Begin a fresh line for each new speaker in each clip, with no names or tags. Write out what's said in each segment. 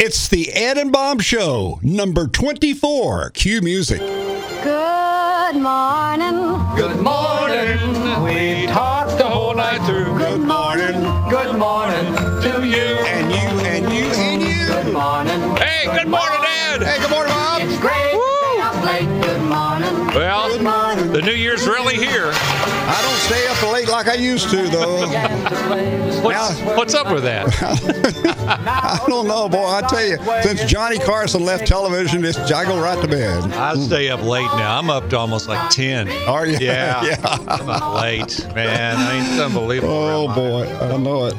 It's the Ed and Bob Show, number 24. Cue music.
Good morning.
Good morning. We talked the whole night through.
Good morning.
Good morning to you.
And you, and you, and
Good
you.
morning.
Hey, good morning, Ed.
Hey, good morning, Bob.
It's great. Stay up late. Good morning.
Good
Well,
morning.
the new year's really here.
I don't stay up late like I used to, though.
What's, what's up with that?
I don't know, boy. I tell you, since Johnny Carson left television, it's, I go right to bed.
I stay up late now. I'm up to almost like 10.
Are you?
Yeah.
yeah.
I'm up late, man. I mean, it's unbelievable.
Oh, boy. I know it.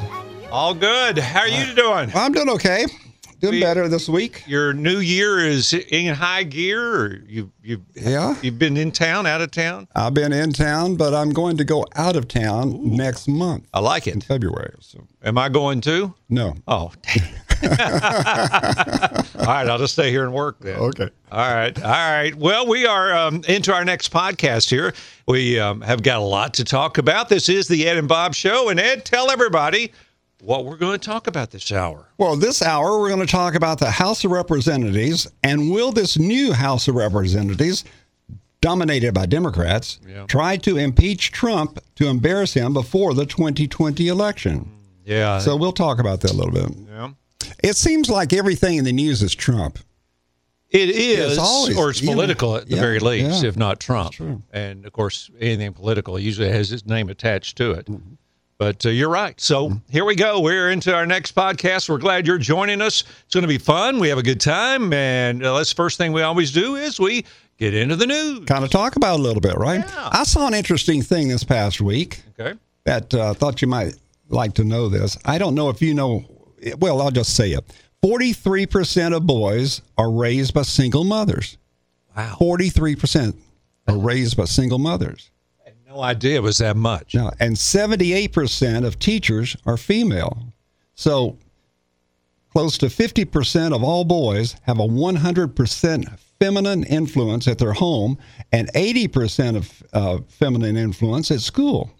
All good. How are you doing?
I'm doing okay. Doing
We-
better this week.
Your new year is in high gear. Or you you
Yeah.
you've been in town, out of town.
I've been in town, but I'm going to go out of town next month
I like
in
it.
February. So,
Am I going too?
no.
Oh. dang. All right, I'll just stay here and work then.
Okay.
All right. All right. Well, we are um, into our next podcast here. We um, have got a lot to talk about. This is the Ed and Bob Show. And Ed, tell everybody what we're going to talk about this hour.
Well, this hour, we're going to talk about the House of Representatives and will this new House of Representatives, dominated by Democrats,
Yeah.
try to impeach Trump to embarrass him before the 2020 election?
Yeah.
So we'll talk about that a little bit.
Mm-hmm. yeah.
It seems like everything in the news is Trump.
It is,
always-
or it's
you know,
political at the
yeah,
very least,
yeah.
if not Trump. And of course, anything political usually has his name attached to it.
Mm-hmm.
But uh, you're right. So here we go. We're into our next podcast. We're glad you're joining us. It's going to be fun. We have a good time. And uh, let's first thing we always do is we get into the news.
Kind of talk about it a little bit, right?
Yeah.
I saw an interesting thing this past week.
Okay.
that uh, thought you might like to know this. I don't know if you know. Well, I'll just say it. Forty-three percent of boys are raised by single mothers.
Wow.
Forty-three percent are raised by single mothers.
I had no idea it was that much.
Now, and seventy-eight percent of teachers are female. So, close to fifty percent of all boys have a one hundred percent feminine influence at their home, and eighty percent of uh, feminine influence at school.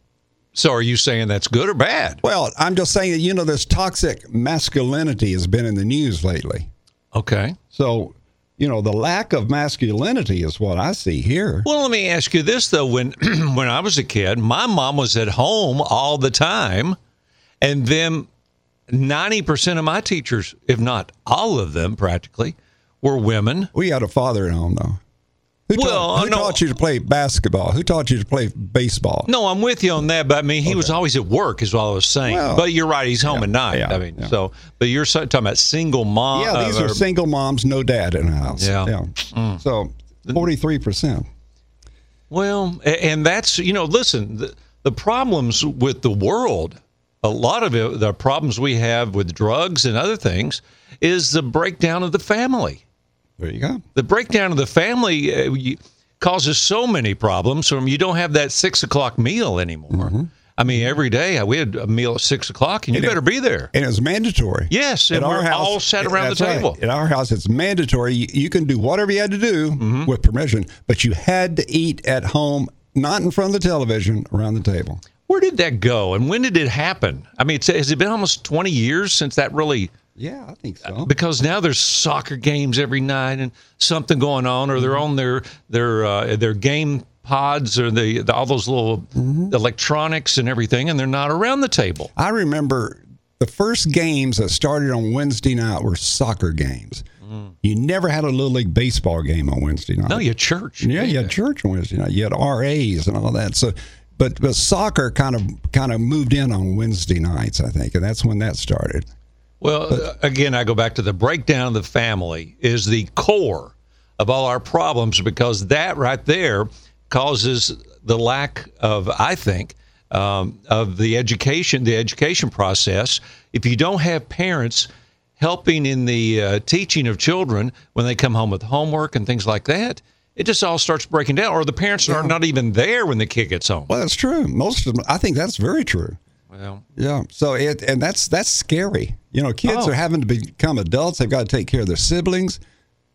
So are you saying that's good or bad?
Well, I'm just saying that, you know, this toxic masculinity has been in the news lately.
Okay.
So, you know, the lack of masculinity is what I see here.
Well, let me ask you this though: when when I was a kid, my mom was at home all the time, and then ninety percent of my teachers, if not all of them, practically, were women.
We had a father at home, though. Who, taught-
Well,
who
no.
taught you to play basketball? Who taught you to play baseball?
No, I'm with you on that, but I mean, he was always at work, is what I was saying.
Well,
but you're right; he's home at night.
yeah,
I mean,
yeah.
so but you're so- talking about single mom.
yeah, these
uh,
are
or-
single moms, no dad in the house.
Yeah. Mm.
So, 43%.
Well, a- and that's, you know, listen, the, the problems with the world, a lot of it, the problems we have with drugs and other things is the breakdown of the family.
There you go.
The breakdown of the family uh, you- causes so many problems from you don't have that six o'clock meal anymore. I mean, every day uh, we had a meal at six o'clock and you better be there.
And it was mandatory.
Yes, and we're all sat around the
that's right.
table.
At our house, it's mandatory. You, you can do whatever you had to do
Mm-hmm.
with permission, but you had to eat at home, not in front of the television, around the table.
Where did that go and when did it happen? I mean, it's, has it been almost 20 years since that really
Yeah, I think so.
because now there's soccer games every night and something going on, or they're on their their uh, their game pods or the, the all those little electronics and everything, and they're not around the table.
I remember the first games that started on Wednesday night were soccer games. You never had a little league baseball game on Wednesday night.
Mm. No, your church.
Yeah, you had church on Wednesday night. You had RAs and all that. So, but, but soccer kind of kind of moved in on Wednesday nights, I think, and that's when that started.
Well, uh, again, I go back to the breakdown of the family is the core of all our problems because that right there causes the lack of, I think, um, of the education, the education process. If you don't have parents helping in the uh, teaching of children when they come home with homework and things like that, it just all starts breaking down. Or the parents are not even there when the kid gets home.
Well, that's true. Most of them, I think that's very true.
Well,
Yeah. So it and that's that's scary. You know, kids
Oh.
are having to become adults. They've got to take care of their siblings,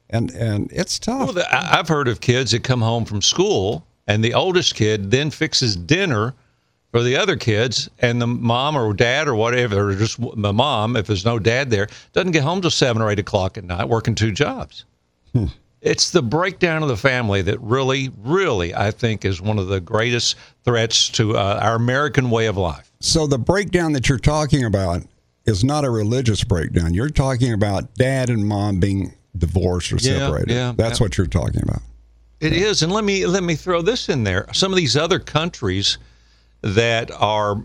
and and it's tough.
Well, the, I- I've heard of kids that come home from school and the oldest kid then fixes dinner or the other kids, and the mom or dad or whatever, or just the mom, if there's no dad there, doesn't get home till seven or eight o'clock at night, working two jobs. It's the breakdown of the family that really, really, I think, is one of the greatest threats to uh, our American way of life.
So the breakdown that you're talking about is not a religious breakdown. You're talking about dad and mom being divorced or
Yeah,
separated.
yeah,
That's
yeah.
what you're talking about.
It is, and let me let me throw this in there. Some of these other countries that are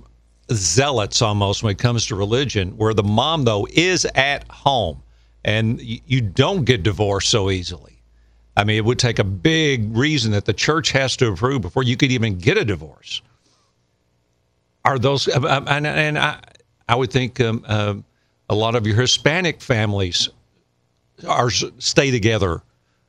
zealots almost when it comes to religion, where the mom though is at home, and y- you don't get divorced so easily. I mean, it would take a big reason that the church has to approve before you could even get a divorce. Are those um, um, and, and I I would think um, um, a lot of your Hispanic families are s- stay together.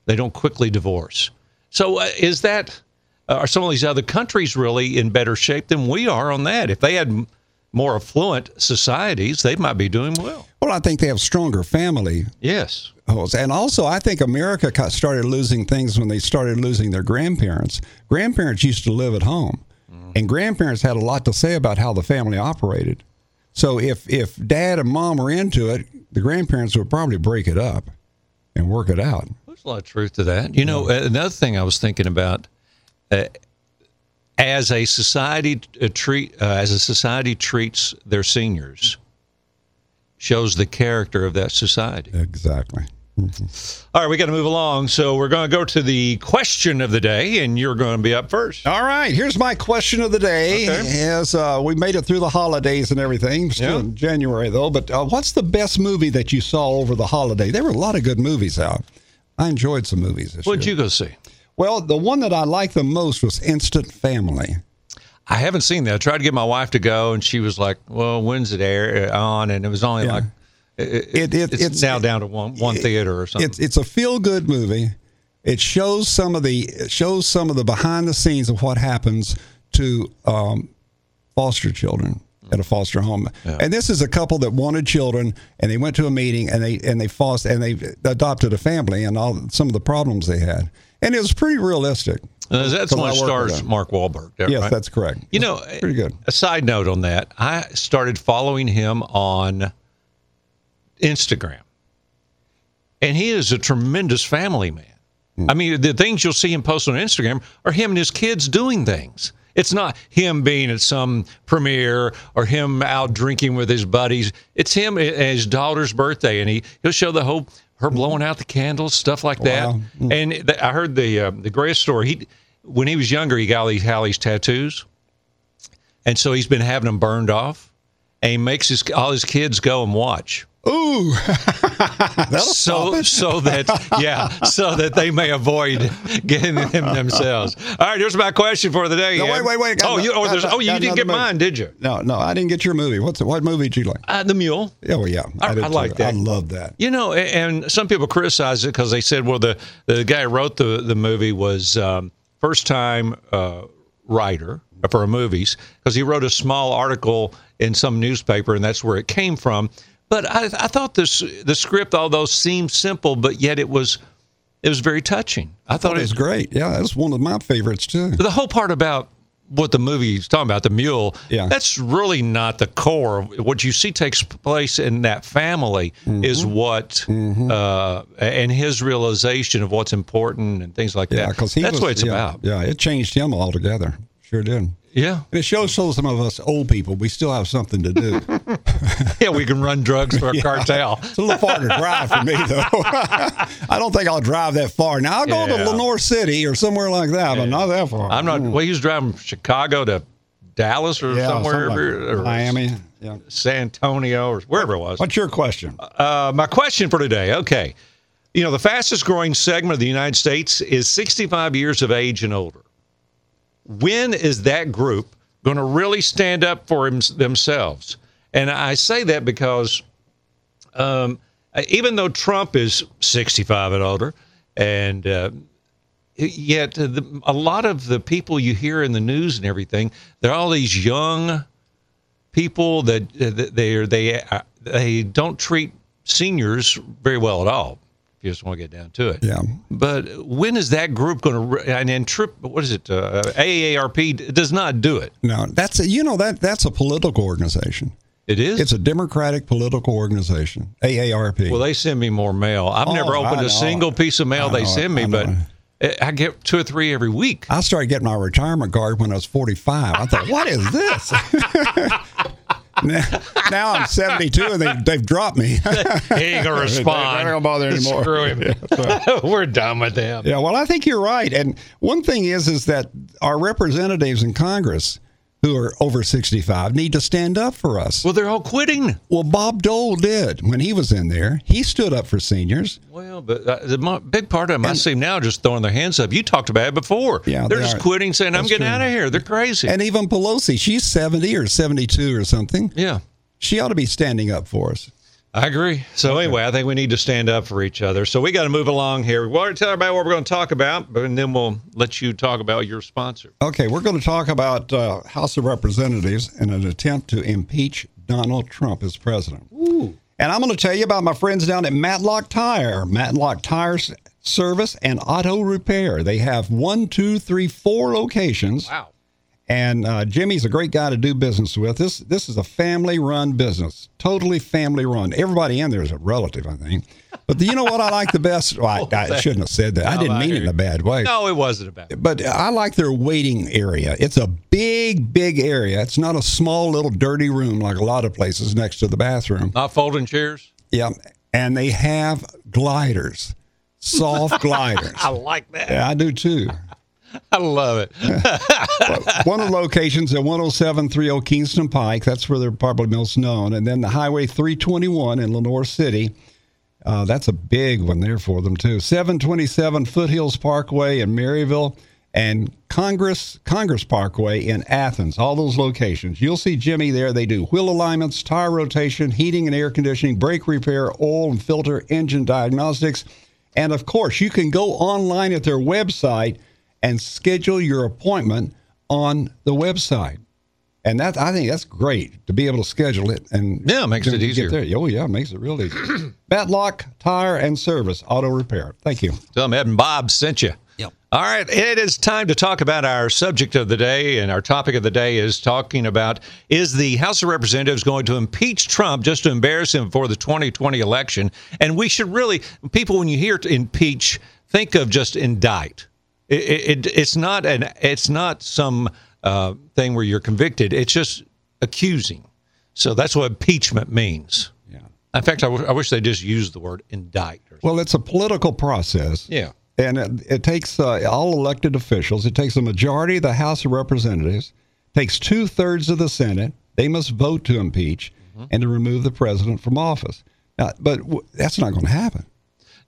They don't quickly divorce. So uh, is that uh, are some of these other countries really in better shape than we are on that? If they had m- more affluent societies, they might be doing well.
Well, I think they have stronger family
Yes.
hosts. And also, I think America got- started losing things when they started losing their grandparents. Grandparents used to live at home,
Mm-hmm.
and grandparents had a lot to say about how the family operated. So if if dad and mom were into it, the grandparents would probably break it up and work it out.
There's a lot of truth to that. You know, uh, another thing I was thinking about uh, as a society uh, treat uh, as a society treats their seniors shows the character of that society.
Exactly.
All right, we got to move along. So we're going to go to the question of the day, and you're going to be up first.
All right, here's my question of the day.
Okay.
As uh, we made it through the holidays and everything, still
Yeah.
in January though. But uh, what's the best movie that you saw over the holiday? There were a lot of good movies out. I enjoyed some movies this
What'd
year.
you go see?
Well, the one that I liked the most was Instant Family.
I haven't seen that. I tried to get my wife to go, and she was like, "Well, when's it air uh, on?" And it was only
Yeah.
like
It, it,
it's, now down to one one theater or something.
It's it's a feel good movie. It shows some of the it shows some of the behind the scenes of what happens to um, foster children at a foster home. And this is a couple that wanted children, and they went to a meeting, and they and they foster and they adopted a family, and all some of the problems they had. And it was pretty realistic.
Uh, that's
From
one
my
that
work with
stars
them.
Mark Wahlberg. yeah,
Yes,
right?
that's correct.
You know,
pretty good.
A side note on that, I started following him on Instagram, and he is a tremendous family man. I mean, the things you'll see him post on Instagram are him and his kids doing things. It's not him being at some premiere or him out drinking with his buddies. It's him at his daughter's birthday, and he he'll show the whole her blowing out the candles, stuff like that.
Wow.
And th- I heard the uh, the greatest story. He when he was younger, he got all these Hallie's tattoos. And so he's been having them burned off, and he makes his all his kids go and watch.
Ooh,
So so that yeah, so that they may avoid getting them themselves. All right, here's my question for the day.
No,
Ed.
wait, wait, wait, got
Oh,
no-
you oh,
got
there's,
no-
oh, you
got
didn't
another
get
movie.
mine, did you?
no, no, I didn't get your movie. What's what movie did you like?
Uh, the mule.
Yeah, well, Oh, yeah,
I-
did
I like
too.
that.
I love that.
You know, a- and some people criticize it because they said, well, the, the guy who wrote the, the movie was um, first time uh, writer for movies because he wrote a small article in some newspaper and that's where it came from. But I, I thought this the script, although seemed simple, but yet it was it was very touching. I thought
It
it
was great. Yeah, that's one of my favorites too.
the whole part about what the movie's talking about, the mule,
Yeah.
that's really not the core. of What you see takes place in that family
Mm-hmm.
is what, uh, and his realization of what's important and things like
Yeah,
that.
because he
that's
was,
what it's
yeah,
about.
Yeah, it changed him altogether. Sure did. And
Yeah.
it shows shows some of us old people we still have something to do. it's
Yeah, we can run drugs for a cartel.
a little far to drive for me though. I don't think I'll drive that far. Now I'll go
Yeah.
to Lenore City or somewhere like that, but not that far.
I'm not, well, he was driving from Chicago to Dallas or
Mm-hmm. Yeah,
somewhere,
something like
or, or
Miami. Yeah.
San Antonio, or wherever it was.
What's your question?
Uh, my question for today, okay. You know, the fastest growing segment of the United States is 65 years of age and older. When is that group going to really stand up for him, themselves? And I say that because um, even though Trump is 65 and older, and uh, yet uh, the, a lot of the people you hear in the news and everything, they're all these young people that uh, that they are they uh, they don't treat seniors very well at all. If you just want to get down to it.
Yeah.
But when is that group going to? Re- and then trip? What is it? Uh, AARP d- does not do it.
No, that's a, you know that that's a political organization.
It is.
It's a democratic political organization. AARP.
well, they send me more mail. I've
Oh,
never
I
opened
know.
a single piece of mail
I
they
know,
send me,
I
but
know.
I- I get two or three every week.
I started getting my retirement card when I was 45. I thought, what is this? now, now I'm 72 and they, they've dropped me.
He ain't gonna respond.
They're not gonna bother anymore.
Screw him. We're done with him.
Yeah, well, I think you're right. And one thing is, is that our representatives in Congress who are over 65 need to stand up for us.
Well, they're all quitting.
Well, Bob Dole did when he was in there. He stood up for seniors.
Well, but uh, the mo- big part of them I see now just throwing their hands up. You talked about it before.
Yeah,
they're
they
just
are.
quitting, saying, "I'm
That's
getting
true.
out of here." They're crazy.
And even Pelosi, she's 70 or 72 or something.
yeah,
She ought to be standing up for us.
I agree. So anyway, I think we need to stand up for each other. So we got to move along here. We want to tell everybody what we're going to talk about, but and then we'll let you talk about your sponsor.
Okay, we're going to talk about uh, House of Representatives and an attempt to impeach Donald Trump as president. And I'm going to tell you about my friends down at Matlock Tire, Matlock Tire S- Service and Auto Repair. They have one, two, three, four locations.
Wow.
And uh, Jimmy's a great guy to do business with. This this is a family run business, totally family run. Everybody in there is a relative, I think. But you know what I like the best? Well,
Oh,
I, I shouldn't have said that. I didn't mean it in a bad way
No, it wasn't about. It.
but I like their waiting area. It's a big, big area. It's not a small little dirty room like a lot of places next to the bathroom.
Not folding chairs.
Yeah, and they have gliders, soft gliders.
I like that.
Yeah, I do too.
I love it.
One of the locations at 10730 Kingston Pike. That's where they're probably most known. And then the Highway 321 in Lenore City. Uh, that's a big one there for them too. 727 Foothills Parkway in Maryville and Congress Congress Parkway in Athens. All those locations. You'll see Jimmy there. They do wheel alignments, tire rotation, heating and air conditioning, brake repair, oil and filter, engine diagnostics. And of course, you can go online at their website and schedule your appointment on the website. And that I think that's great to be able to schedule it and
Yeah, it makes it
get
easier.
there. Oh yeah, it makes it real easy. Matlock Tire and Service Auto Repair. Thank you.
Tell them Ed and Bob sent you. Yep. All right, it is time to talk about our subject of the day, and our topic of the day is talking about is the House of Representatives going to impeach Trump just to embarrass him for the 2020 election? And we should really, people, when you hear to impeach, think of just indict. It, it, it's not an it's not some uh, thing where you're convicted. It's just accusing. So that's what impeachment means.
Yeah.
In fact, I w- I wish they just used the word indict. Or something.
Well, it's a political process.
Yeah.
And it, it takes uh, all elected officials. It takes a majority of the House of Representatives. Takes two thirds of the Senate. They must vote to impeach
Mm-hmm.
and to remove the president from office. Now, but w- that's not going to happen.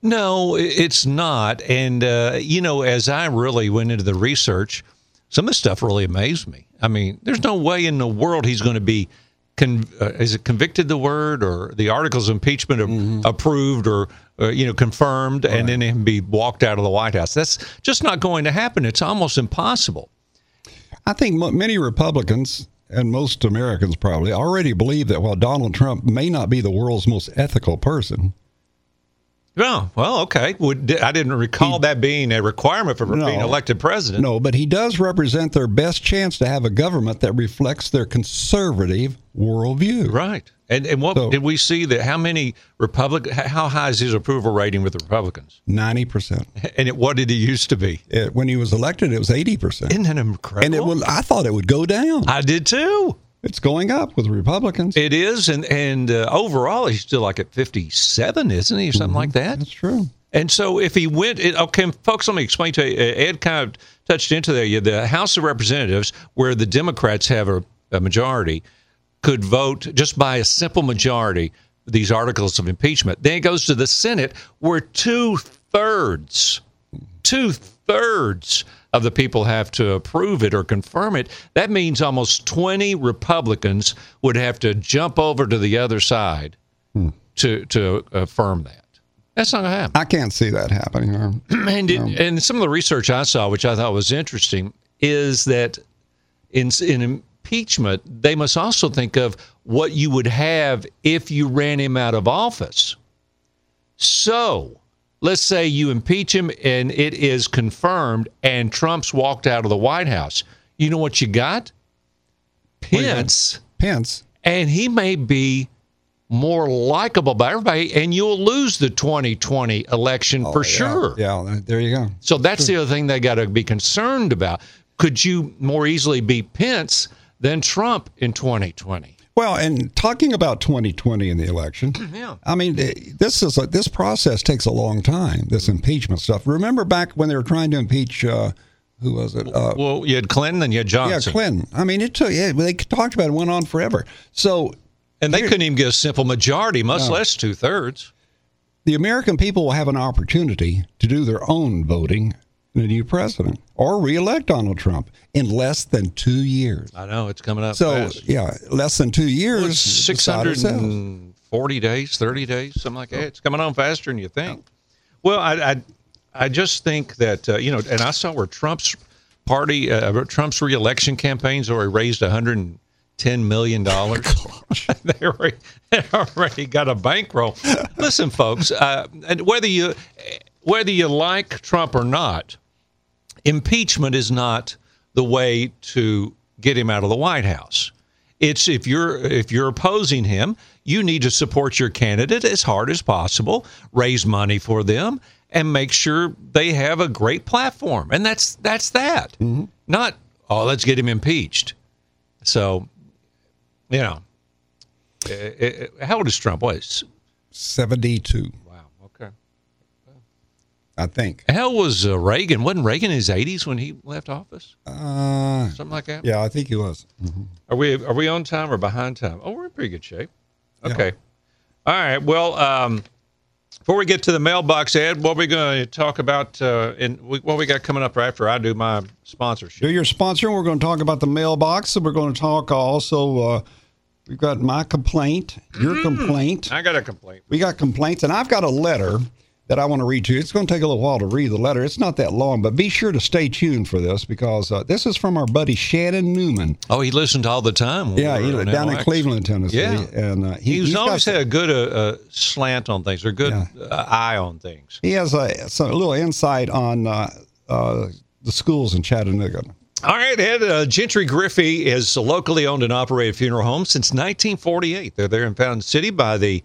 No, i- it's not. And, uh, you know, as I really went into the research, some of the stuff really amazed me. I mean, there's no way in the world he's going to be, con- uh, is it convicted the word or the articles of impeachment a-
Mm-hmm.
approved or, uh, you know, confirmed and then him be walked out of the White House? That's just not going to happen. It's almost impossible.
I think mo- many Republicans and most Americans probably already believe that while Donald Trump may not be the world's most ethical person,
Yeah. Oh, Well, okay. Would, I didn't recall that being a requirement for
No.
being elected president.
No, but he does represent their best chance to have a government that reflects their conservative worldview.
Right. And and what
So-
did we see that how many Republic h- how high is his approval rating with the Republicans?
90%.
And it, what did he used to be?
It- when he was elected, it was 80%.
Isn't that
and
incredible?
it will, I thought it would go down.
I did too.
It's going up with Republicans.
It is and and uh, overall he's still like at 57, isn't he or something like that?
That's true.
And so if he went it, okay folks let me explain to you uh, Ed kind of touched into there you the House of Representatives where the Democrats have a, a majority could vote just by a simple majority these articles of impeachment. Then it goes to the Senate, where two thirds, two thirds of the people have to approve it or confirm it. That means almost 20 Republicans would have to jump over to the other side to, to uh, affirm that. That's not going to happen.
I can't see that happening. or-
And it, and some of the research I saw, which I thought was interesting, is that in in impeachment they must also think of what you would have if you ran him out of office. So Let's say you impeach him and it is confirmed and Trump's walked out of the White House. You know what you got?
you got?
Pence,
Pence.
and he may be more likable by everybody, and you'll lose the 2020 election for sure.
Oh, Yeah, yeah, there you go.
So that's the other thing they got to be concerned about. Could you more easily be Pence than Trump in 2020?
Well, and talking about 2020 in the election,
Yeah.
I mean, it- this is a, this process takes a long time. This impeachment stuff. Remember back when they were trying to impeach, uh, who was it? Uh,
Well, you had Clinton and you had
yeah,
Johnson.
Clinton. I mean, it took. Yeah, they talked about it, went on forever. So
And they couldn't even get a simple majority, much less two thirds.
the American people will have an opportunity to do their own voting in a new president or reelect Donald Trump in less than two years.
I know it's coming up.
So
fast.
yeah, less than two years.
It's
decide itself.
640 days, 30 days, something like that. It's coming on faster than you think. Well, I, I, I just think that, uh, you know, and I saw where Trump's party, uh, Trump's reelection campaigns already raised $110 million. they, already, they already got a bankroll. Listen, folks, uh, and whether you, whether you like Trump or not, impeachment is not the way to get him out of the White House. It's if you're if you're opposing him, you need to support your candidate as hard as possible, raise money for them, and make sure they have a great platform. And that's that's that. Not oh, let's get him impeached. So, you know, eh, eh, eh, how old is Trump? Was
Seventy-two,
wow, okay.
I think.
How old was uh, Reagan? Wasn't Reagan in his eighties when he left office?
Uh,
Something like that.
yeah, I think he was.
Are we are we on time or behind time? Oh, we're in pretty good shape. Okay. All right. Well, um, before we get to the mailbox, Ed, what are we going to talk about? Uh, and we, what we got coming up after I do my
Do
sponsorship?
your sponsor. We're going to talk about the mailbox. And we're going to talk also. Uh, we've got my complaint, your complaint.
I got a complaint.
We got complaints, and I've got a letter that I want to read to you. It's going to take a little while to read the letter. It's not that long, but be sure to stay tuned for this because uh, this is from our buddy Shannon Newman.
Oh, he listened all the time. when
Yeah,
we were
he,
on
down in
LX.
Cleveland, Tennessee.
Yeah.
and uh, he,
He was
he's got
always
some-
had a good uh, uh, slant on things or good uh, eye on things.
He has a, some, a little insight on uh, uh, the schools in Chattanooga.
All right, Ed. Uh, Gentry Griffey is a locally owned and operated funeral home since 1948. They're there in Fountain City by the,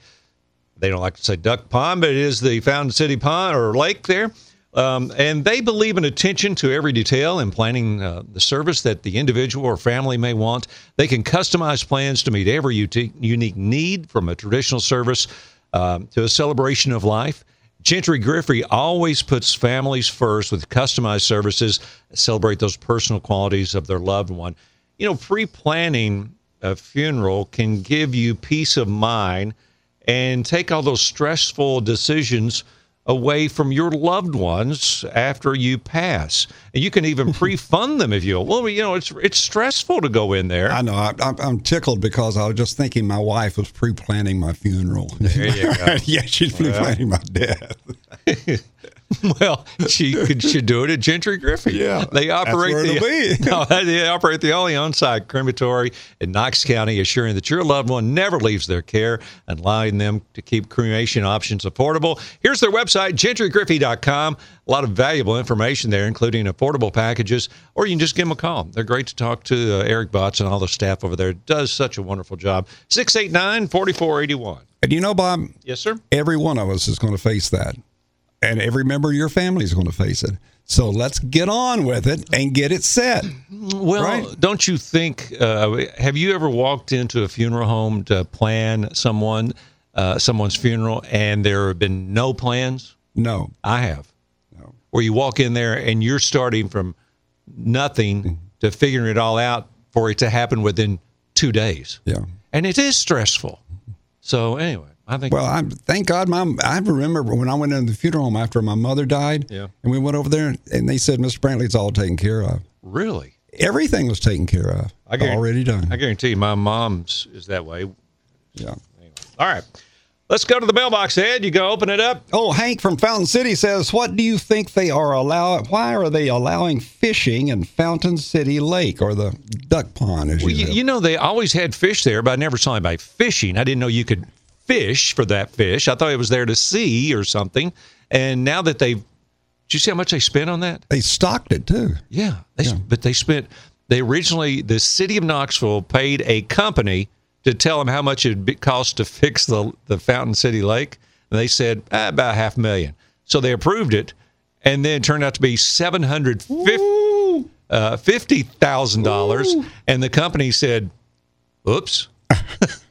they don't like to say Duck Pond, but it is the Fountain City Pond or Lake there. Um, and they believe in attention to every detail and planning uh, the service that the individual or family may want. They can customize plans to meet every uti- unique need from a traditional service um, to a celebration of life. Gentry Griffey always puts families first with customized services that celebrate those personal qualities of their loved one. You know, pre planning a funeral can give you peace of mind and take all those stressful decisions away from your loved ones after you pass. And you can even pre fund them if you well, you know, it's it's stressful to go in there.
I know. I, I'm, I'm tickled because I was just thinking my wife was pre planning my funeral.
There you go.
yeah, she's pre planning my death.
Well, she could should do it at Gentry Griffey.
Yeah,
they
that's
operate
where it'll
the
be.
no, they operate the only on-site crematory in Knox County, assuring that your loved one never leaves their care and allowing them to keep cremation options affordable. Here's their website, gentrygriffey.com. A lot of valuable information there, including affordable packages, or you can just give them a call. They're great to talk to. Uh, Eric Botts and all the staff over there does such a wonderful job. 689-4481.
And you know, Bob,
Yes, sir.
every one of us is going to face that. And every member of your family is going to face it. So let's get on with it and get it set.
Well,
Right.
don't you think? Uh, have you ever walked into a funeral home to plan someone, uh, someone's funeral, and there have been no plans?
No.
I have. Where you walk in there and you're starting from
Mm-hmm.
nothing to figuring it all out for it to happen within two days,
Yeah.
and it is stressful. So anyway, I think
Well, I thank God, my I remember when I went into the funeral home after my mother died.
Yeah.
And we went over there, and they said, "Mr. Brantley, it's all taken care of.
really,
Everything was taken care of.
I guarantee-
already done.
I guarantee you, my mom's is that way.
yeah.
All right, let's go to the mailbox, Ed. You go open it up.
Oh, Hank from Fountain City says, "What do you think they are allow? Why are they allowing fishing in Fountain City Lake or the duck pond?" As
Well,
you,
you,
know.
you know, they always had fish there, but I never saw anybody fishing. I didn't know you could fish for that fish. I thought it was there to see or something. And now that they've, did you see how much they spent on that?
They stocked it too.
Yeah, they, but they spent. They originally the city of Knoxville paid a company to tell them how much it would cost to fix the the Fountain City Lake, and they said ah, about half a million. So they approved it, and then it turned out to be seven hundred fifty uh, fifty thousand dollars, and the company said, "Oops,"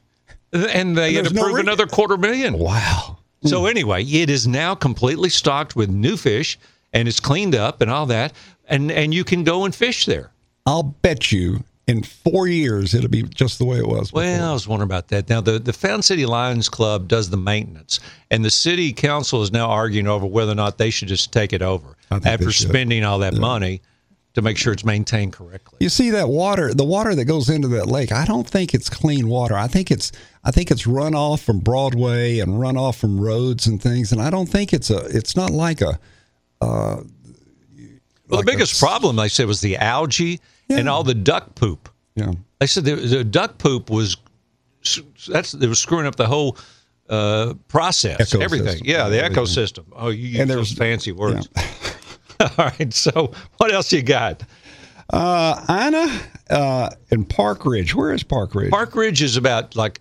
and they had
there's no
approved
re-
another quarter million.
Wow.
So anyway, it is now completely stocked with new fish and it's cleaned up and all that and and you can go and fish there.
I'll bet you in four years it'll be just the way it was.
Well, I was wondering about that. Now the the Found City Lions Club does the maintenance and the city council is now arguing over whether or not they should just take it over
think they
after
should.
spending all that money to make sure it's maintained correctly.
You see that water, the water that goes into that lake. I don't think it's clean water. I think it's I think it's runoff from Broadway and runoff from roads and things. And I don't think it's a it's not like a
Well, the
like
biggest
it's-
problem they said was the algae and all the duck poop.
you know,
They said the, the duck poop was that's they were screwing up the whole uh, process,
Ecosystem.
everything. Yeah, the ecosystem. Oh, you use
And there
those
was-
fancy words. All right, so what else you got?
uh, Anna uh, in Park Ridge. Where is Park Ridge?
Park Ridge is about like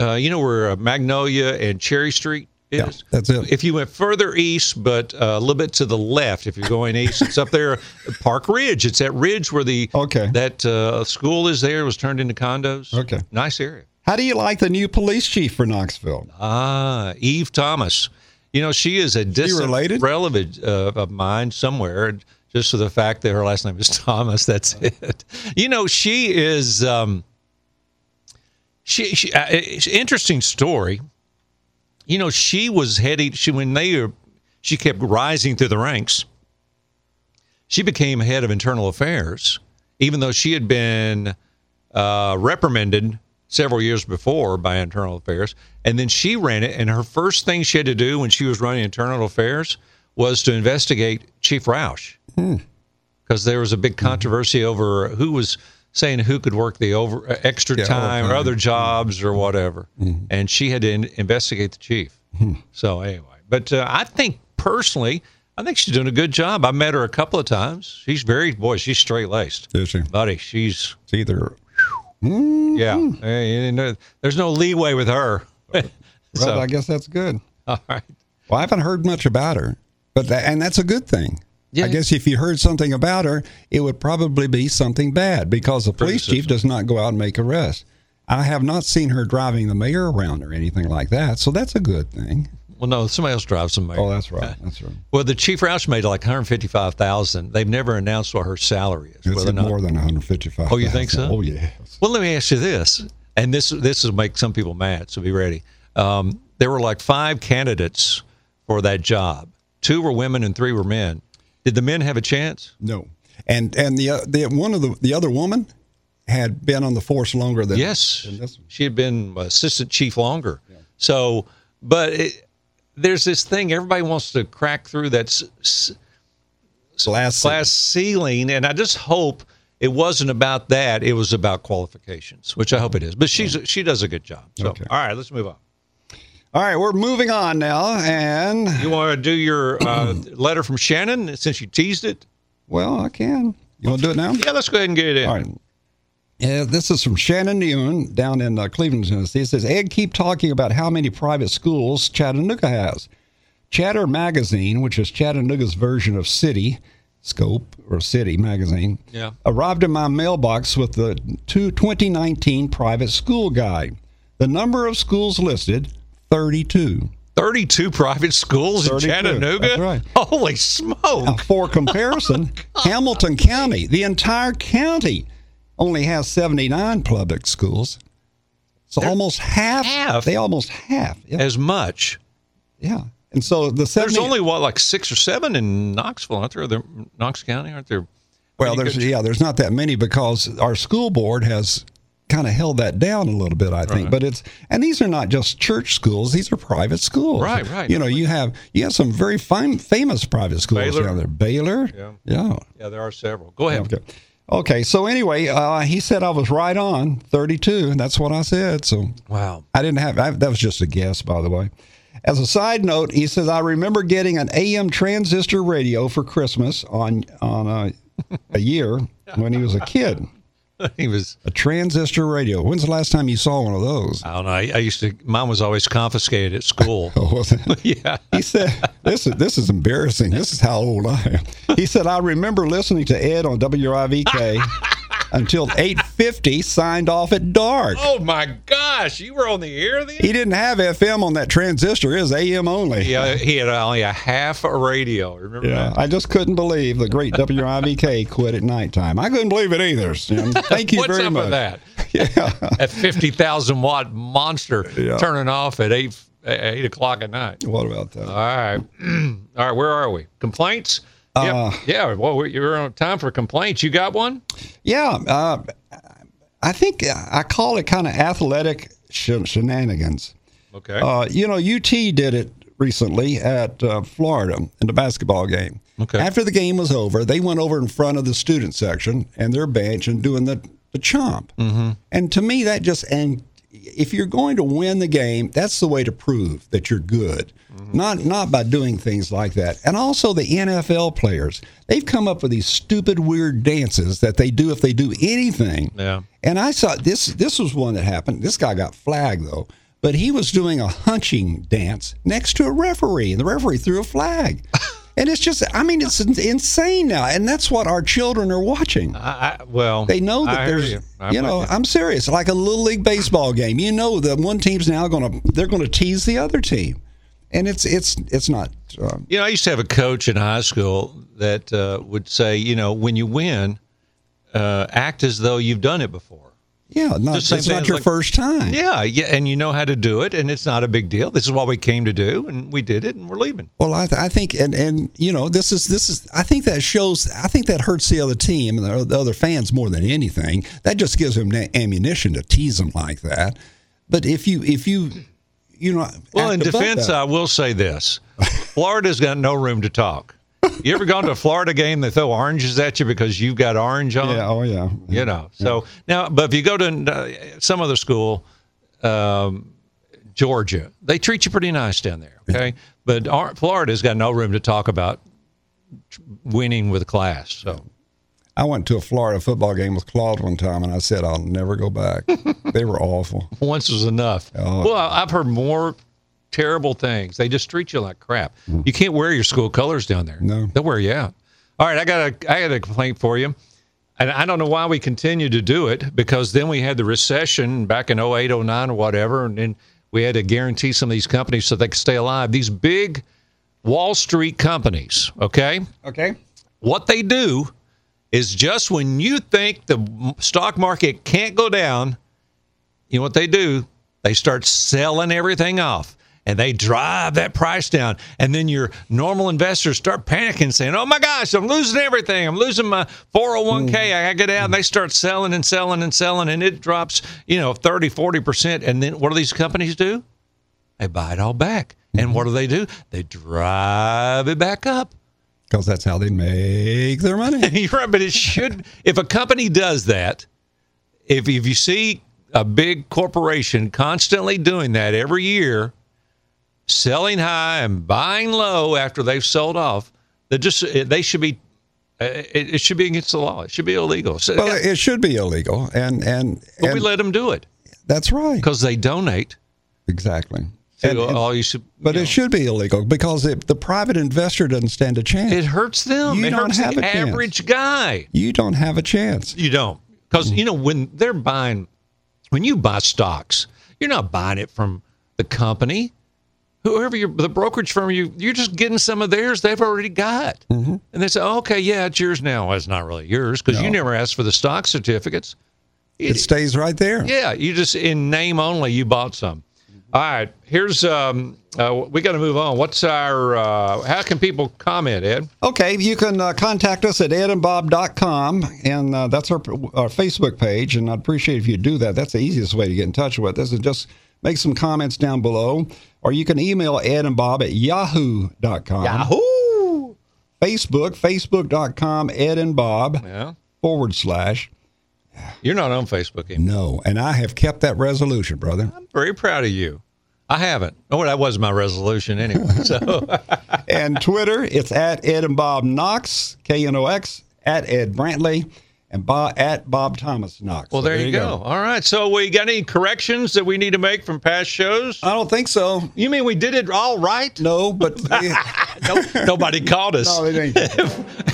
uh, you know where uh, Magnolia and Cherry Street is.
Yeah, that's it.
If you went further east, but uh, a little bit to the left, if you're going east, it's up there, Park Ridge. It's that ridge where the
Okay.
that uh, school is there was turned into condos.
Okay.
nice area.
How do you like the new police chief for Knoxville?
Ah, Eve Thomas. You know, she is a distant
related?
relative uh, of mine somewhere, just for the fact that her last name is Thomas. That's it. You know, she is. Um, she, she uh, it's an interesting story. You know, she was heading. She when they were, she kept rising through the ranks. She became head of internal affairs, even though she had been uh, reprimanded several years before by internal affairs. And then she ran it. And her first thing she had to do when she was running internal affairs was to investigate Chief Roush because there was a big controversy over who was saying who could work the over uh, extra time, or other jobs or whatever. And she had to in- investigate the chief. So anyway, but uh, I think personally, I think she's doing a good job. I met her a couple of times. She's very boy, she's straight laced,
Is she?
buddy. She's
It's either
yeah. Hey, you know, there's no leeway with her.
well,
So-
I guess that's good.
all right.
Well, I haven't heard much about her, but that, and that's a good thing.
Yeah.
I guess if you heard something about her, it would probably be something bad because the police chief does not go out and make arrests. I have not seen her driving the mayor around or anything like that, so that's a good thing.
Well, no, somebody else drives them.
Oh, that's right. That's right.
Well, the chief Roush made like 155,000. They've never announced what her salary is.
It's
whether or not-
more than 155.
Oh, you think so?
Oh, yes.
Well, let me ask you this, and this this will make some people mad, so be ready. Um, there were like five candidates for that job. Two were women and three were men. Did the men have a chance?
No. And and the uh, the one of the the other woman had been on the force longer than
Yes,
than this one.
she had been assistant chief longer. So, but it, there's this thing everybody wants to crack through that s- s-
Last
glass ceiling, and I just hope it wasn't about that. It was about qualifications, which I hope it is. But she's she does a good job. So,
Okay.
all right, let's move on.
All right, we're moving on now, and
You want to do your uh, letter from Shannon since you teased it?
well, I can. You want to do it now?
Yeah, let's go ahead and get it in.
All right. Uh, this is from Shannon Newen down in uh, Cleveland, Tennessee. It says, Ed, keep talking about how many private schools Chattanooga has. Chatter Magazine, which is Chattanooga's version of City Scope or City Magazine,
Yeah.
arrived in my mailbox with the two, 2019 private school guide. The number of schools listed, 32.
32 private schools
32,
in Chattanooga?
that's right. Oh.
Holy smoke.
Now,
Oh,
for comparison, Hamilton County, the entire county, only has 79 public schools. So almost half,
half.
They almost half. Yeah.
As much.
yeah. And so the 70,
There's only, what, like six or seven in Knoxville, aren't there? There- Knox County, aren't there?
well,
pretty
there's
good-
yeah, there's not that many because our school board has kind of held that down a little bit, I think. But it's and these are not just church schools; these are private schools.
Right, right.
You know, you have you have some very fine, famous private schools
Baylor.
down there. Baylor.
Yeah.
Yeah.
Yeah, there are several. Go ahead.
Okay. Okay. So anyway, uh, he said I was right on 32, and that's what I said. So
Wow.
I didn't have I, that was just a guess, by the way. As a side note, he says, I remember getting an AM transistor radio for Christmas on, on a, a year when he was a kid.
he was
A transistor radio. When's the last time you saw one of those?
I don't know. I, I used to. Mine was always confiscated at school.
Oh, was it?
yeah.
He said, "This is this is embarrassing. This is how old I am." He said, "I remember listening to Ed on WIVK until 8:50, signed off at dark.
Oh my gosh, you were on the air then.
He didn't have FM on that transistor; it was AM only."
yeah, he had only a half a radio. Remember
Yeah,
that?
I just couldn't believe the great WIVK quit at nighttime. I couldn't believe it either. Jim. Thank you
What's
very
up
much.
with that? Yeah. a fifty thousand watt monster
Yeah.
turning off at eight eight o'clock at night.
What about that?
All right. All right. Where are we? Complaints. Yep.
Uh,
yeah. Well, we- you're on time for complaints. You got one?
Yeah, uh, I think uh, I call it kind of athletic shen- shenanigans.
Okay.
Uh, you know, UT did it recently at uh, Florida in the basketball game.
Okay.
After the game was over, they went over in front of the student section and their bench and doing the, the chomp. Mm-hmm. And to me, that just and if you're going to win the game, that's the way to prove that you're good.
Mm-hmm.
Not not by doing things like that. And also the NFL players, they've come up with these stupid weird dances that they do if they do anything.
Yeah.
And I saw this. This was one that happened. This guy got flagged though, but he was doing a hunching dance next to a referee, and the referee threw a flag. and it's just, I mean, it's in- insane now, and that's what our children are watching.
I, I, well,
They know that
Uh, I hear
there's,
you.
you,
I'm with
know, I'm serious. Like a little league baseball game, you know, the one team's now going to, they're going to tease the other team, and it's, it's, it's not. Um,
You know, I used to have a coach in high school that uh, would say, you know, when you win, uh, act as though you've done it before.
yeah, not,
The same
it's
thing
not
as
your
like-
first time.
Yeah, yeah, and you know how to do it, and it's not a big deal. This is what we came to do, and we did it, and we're leaving.
Well, I, th- I think, and and you know, this is this is. I think that shows. I think that hurts the other team and the, the other fans more than anything. That just gives them na- ammunition to tease them like that. But if you if you you know,
Well,
act
in
above
defense,
that-
I will say this: Florida's got no room to talk. You ever gone to a Florida game? They throw oranges at you because you've got orange on.
yeah, oh yeah,
you know. So now, but if you go to uh, some other school, um, Georgia, they treat you pretty nice down there. Okay, but our, Florida's got no room to talk about tr- winning with class. So
I went to a Florida football game with Claude one time, and I said I'll never go back. they were awful.
once is enough.
Oh,
Well, I- I've heard more terrible things. They just treat you like crap. You can't wear your school colors down there.
Hmm. No.
they'll wear you out. All right, I got a I had a complaint for you. And I don't know why we continued to do it because then we had the recession back in 08, 09 or whatever. And then we had to guarantee some of these companies so they could stay alive. These big Wall Street companies, okay?
Okay.
what they do is just when you think the m- stock market can't go down, you know what they do? They start selling everything off and they drive that price down. And then your normal investors start panicking, saying, Oh my gosh, I'm losing everything. I'm losing my 401k. I got to get out. And they start selling and selling and selling. And it drops, you know, 30, 40%. And then what do these companies do? They buy it all back. And what do they do? They drive it back up.
Because that's how they make their money.
You're right, but it should. If a company does that, if if you see a big corporation constantly doing that every year, selling high and buying low after they've sold off, they just they should be. uh, It, it should be against the law. It should be illegal. So,
Well, it should be illegal, and and,
but we
and-
let them do it
that's right.
because they donate
Exactly.
to
And- and-
all you should.
But it
you know,
should be illegal because if the private investor doesn't stand a chance,
it hurts them.
You
it
don't
hurts
have
the
a chance.
average guy.
you don't have a chance.
You don't. Because, you know, when they're buying, when you buy stocks, you're not buying it from the company. Whoever you're, the brokerage firm, you, you're just getting some of theirs they've already got. And they say, "Oh, okay, yeah, it's yours now. Well, it's not really yours because you never asked for the stock certificates.
It stays right there.
Yeah, you just, in name only, you bought some. All right, here's, um, uh, we got to move on. What's our, uh, how can people comment, Ed?
Okay, you can uh, contact us at edandbob.com, and uh, that's our, our Facebook page. And I'd appreciate if you do that. That's the easiest way to get in touch with us. And just make some comments down below, or you can email edandbob at yahoo.com.
Yahoo!
Facebook, facebook.com, Ed and Bob
Yeah.
forward slash
You're not on Facebook anymore.
no. And I have kept that resolution, brother.
I'm very proud of you. I haven't. Oh, that was my resolution anyway. So
and Twitter, it's at Ed and Bob Knox, K N O X, at Ed Brantley, and Bob, at Bob Thomas Knox.
well,
So
there, you go. All right. So we got any corrections that we need to make from past shows?
I don't think so.
You mean we did it all right?
No, but
No, nobody called us.
no, it ain't.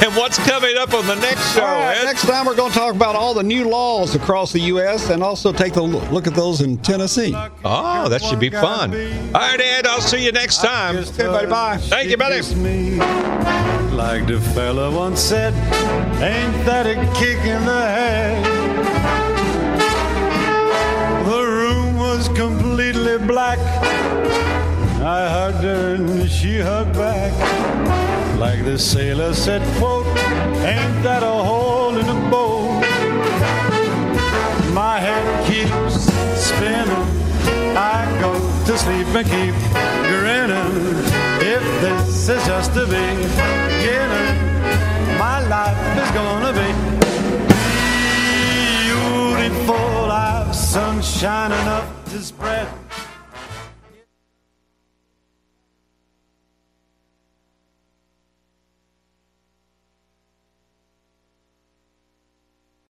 and what's coming up on the next show?
All right,
Ed?
next time we're going to talk about all the new laws across the U.S. and also take a lo- look at those in Tennessee.
Oh, that should be fun. All right, Ed. I'll see you next time.
Everybody, bye.
Thank you, buddy.
me. Like the fella once said, ain't that a kick in the head? The room was completely black. I hugged her and she hugged back. Like the sailor said, quote, ain't that a hole in the boat? My head keeps spinning. I go to sleep and keep grinning. If this is just the beginning, my life is gonna be beautiful. I've sunshine enough to spread.